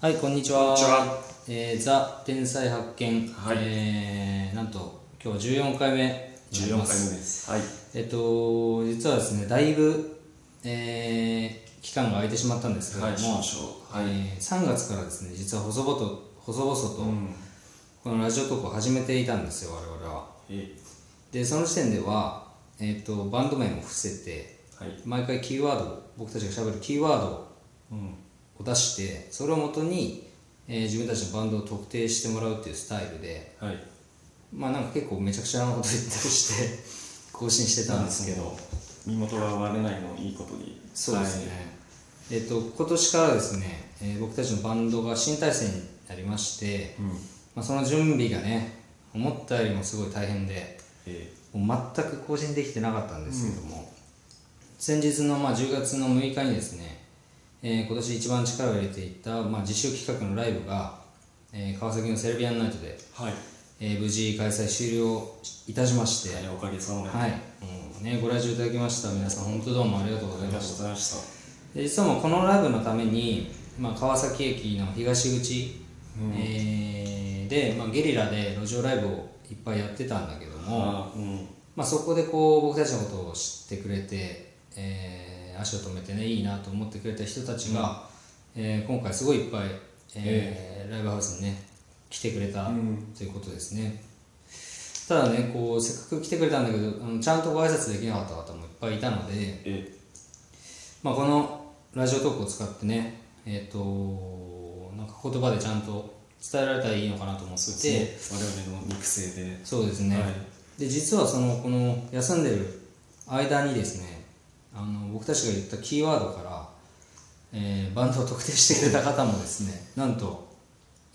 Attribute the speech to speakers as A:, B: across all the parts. A: はい、こんにちは。
B: こんにちは
A: えーザ・天才発見。
B: はい
A: えーなんと、今日14回目。
B: 14回目です。はい。
A: えっと、実はですね、だいぶ、えー期間が空いてしまったんですけれども、
B: はい少々はい
A: えー3月からですね、実は細々と、細々と、
B: ん
A: このラジオトークを始めていたんですよ、我々は。
B: え
A: で、その時点では、えっと、バンド名も伏せて、
B: はい。
A: 毎回キーワード、僕たちが喋るキーワードを
B: うん。
A: を出してそれをもとに、えー自分たちのバンドを特定してもらうっていうスタイルで
B: はい。
A: まあなんか結構めちゃくちゃなこと言ったりして 更新してたんですけど
B: 身元が割れないのをいいことに。
A: そうですね、えっ、と今年からですね、えー僕たちのバンドが新体制になりまして、
B: はい。うん。
A: まあ、その準備がね思ったよりもすごい大変で
B: え
A: もう全く更新できてなかったんですけども、先日のまあ10月の6日にですね、えー今年一番力を入れていた、まあ、自主企画のライブが、えー川崎のセルビアンナイトで、
B: はい。
A: えー無事開催終了いたしまして、
B: えおかげさまで。
A: はい、もうね、ご来場いただきました皆さん本当どうもありがとうご
B: あ
A: ざい
B: りが
A: ま
B: とう
A: し
B: ご
A: た
B: ざいました。
A: で実はもうこのライブのために、まあ、川崎駅の東口、えーで、まあ、ゲリラで路上ライブをいっぱいやってたんだけども、
B: あうん。
A: まあ、そこでこう僕たちのことを知ってくれて、えー足を止めてねいいなと思ってくれた人たちが、えー今回すごいいっぱい、えーライブハウスにね来てくれた
B: ん
A: ということですね、ただねこうせっかく来てくれたんだけどあのちゃんとご挨拶できなかった方もいっぱいいたので、
B: え
A: まあ、このラジオトークを使ってねえっ、となんか言葉でちゃんと伝えられたらいいのかなと思って
B: そうですね。我々の肉声で。
A: そうですね、
B: はい
A: で実はそのこの休んでる間にですねあの僕たちが言ったキーワードから、えーバンドを特定してくれた方もですねなんと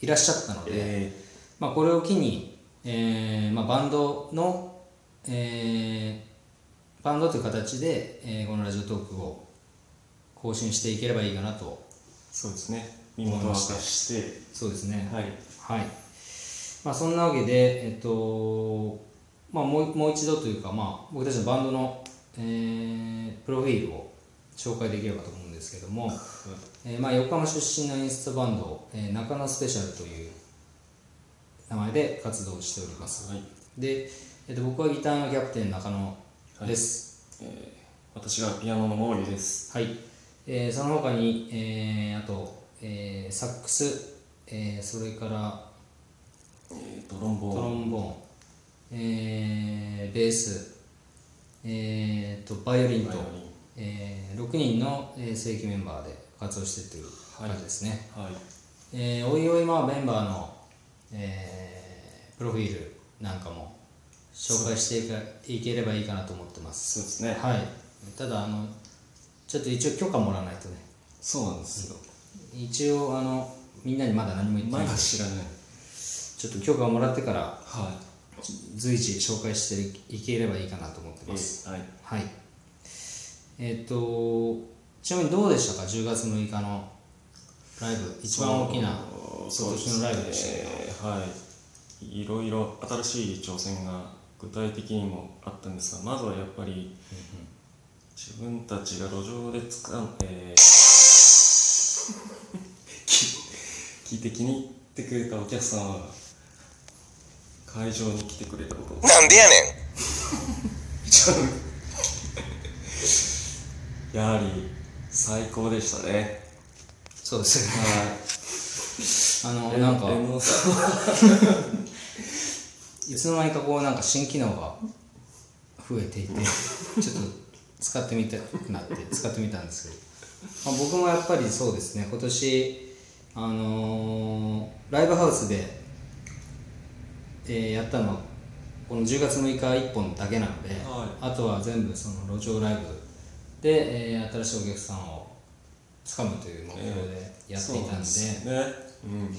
A: いらっしゃったので、
B: え
A: まあ、これを機に、えーまあ、バンドの、えーバンドという形で、えーこのラジオトークを更新していければいいかなと
B: そうですね。身元を明かして。
A: そうですね
B: はい。
A: はい、まあ、そんなわけで、えっとまあ、もうもう一度というか、まあ、僕たちのバンドの、えープロフィールを紹介できればと思うんですけども、えーまあ、横浜出身のインスタバンド、えー、中野スペシャルという名前で活動しております
B: はい。
A: で、えっと僕はギターのキャプテン中野です
B: 私がピアノの毛利です。
A: はい、えーその他に、えーあと、えーサックス、えーそれから
B: えー、ドロンボ
A: トロ
B: ーン。
A: ンボーン、えーベース、えーとバイオリン
B: バ
A: と
B: イオ、リン。
A: えー6人のえー正規メンバーで活動しているという感じですね、
B: はい。
A: えーおいおいまあメンバーの、えープロフィールなんかも紹介していかいければいいかなと思ってます
B: そうですね。
A: はいただあのちょっと一応許可もらわないとね
B: そうなんですよ。
A: 一応あのみんなにまだ何も言ってな
B: 前
A: い
B: は知らない。
A: ちょっと許可をもらってから
B: は
A: 随時紹介していければいいかなと思って
B: い。
A: ます、
B: はい。
A: はいえっ、とちなみにどうでしたか10月6日のライブ一番大きな
B: そうです
A: 今年の
B: ね
A: ライブでしたけ
B: はいいろいろ新しい挑戦が具体的にもあったんですがまずはやっぱり自分たちが路上でつかんで、えー き聞いて気に入ってくれたお客さんは会場に来てくれたこと
C: なんでやね ん
B: ちょっと やはり最高でしたね
A: そうですよね
B: はい
A: あのなんか
B: レモンサワー
A: いつの間にかこうなんか新機能が増えて いてちょっと使ってみたくなって使ってみたんですけど、まあ、僕もやっぱりそうですね今年あのーライブハウスで、えーやったのはこの10月6日1本だけなので、
B: は
A: あとは全部その路上ライブで、えー新しいお客さんをつかむという目標でやっていたんで、
B: そうなんですよねうん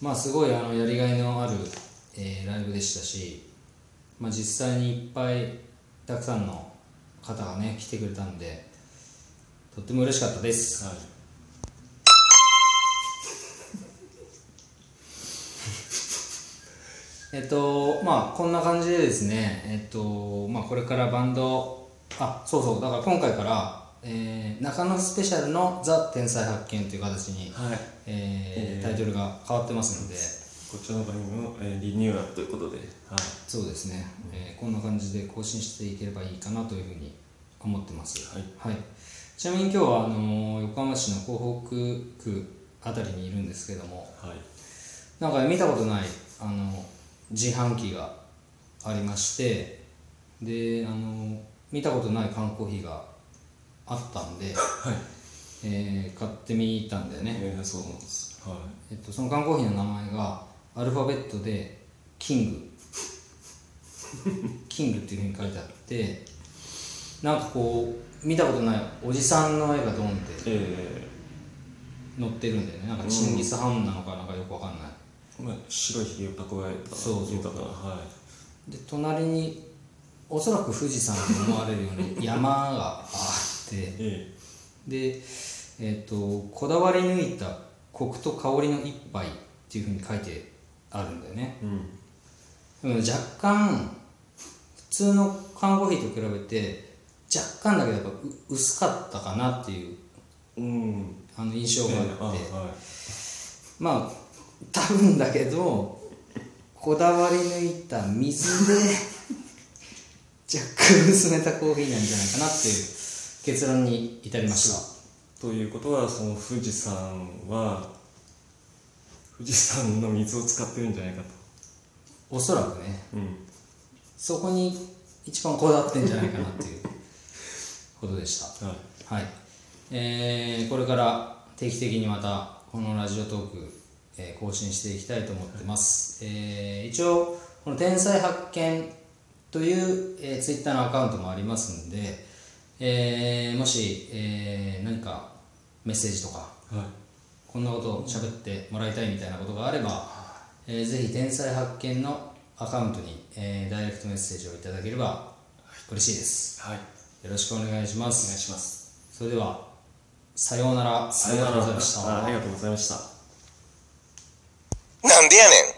A: まあすごいあのやりがいのある、えーライブでしたし、まあ、実際にいっぱいたくさんの方がね来てくれたんでとっても嬉しかったです
B: はい。
A: えっとまあこんな感じでですねえっとまあこれからバンドあそうそうだから今回からえー中野スペシャルの「ザ・天才発見」という形に、
B: はい
A: えー
B: えー
A: タイトルが変わってますので
B: こっちの番組も、えーリニューアルということで、はい、
A: そうですね、えーこんな感じで更新していければいいかなというふうに思ってます、
B: はい
A: ちなみに今日はあのー横浜市の港北区あたりにいるんですけども
B: はい、
A: なんか見たことないあの自販機がありましてであの見たことない缶コーヒーがあったんで、えー買ってみたんだよね、
B: えーそうなんです、は
A: えっと、その缶コーヒーの名前がアルファベットでキングキングっていうふうに書いてあってなんかこう見たことないおじさんの絵がドンって
B: い、え
A: 載ってるんだよねなんかチンギス・ハンなのかなんかよくわかんない、
B: ーまあ、白いひげを蓄えた
A: そうそう
B: 豊かなは
A: で隣におそらく富士山と思われるように山があって
B: い、え
A: で、えっとこだわり抜いたコクと香りの一杯っていうふうに書いてあるんだよね
B: ーうん、
A: うん若干普通の缶コーヒーと比べて若干だけどやっぱう薄かったかなっていう
B: うん、
A: あの印象があって、
B: えーあはい、
A: まあ多分だけどこだわり抜いた水で若干薄めたコーヒーなんじゃないかなっていう結論に至りまし
B: ということはその富士山は富士山の水を使ってるんじゃないかと、
A: たおそらくね
B: うん、
A: そこに一番こだわってんじゃないかなっていうことでした
B: はい
A: はい、えーこれから定期的にまたこのラジオトーク、えー更新していきたいと思ってます、えー一応この「天才発見」という、えー、ツイッターのアカウントもありますんで、えーもし、えー何かメッセージとか
B: はい
A: こんなことを喋ってもらいたいみたいなことがあれば、えーぜひ「天才発見」のアカウントに、えーダイレクトメッセージをいただければ嬉しいです
B: はい
A: よろしくお願いします
B: お願いします
A: それではさようなら
B: ありがとうございま
A: ありがとうございました
B: したありがとうございました
C: Nambianen.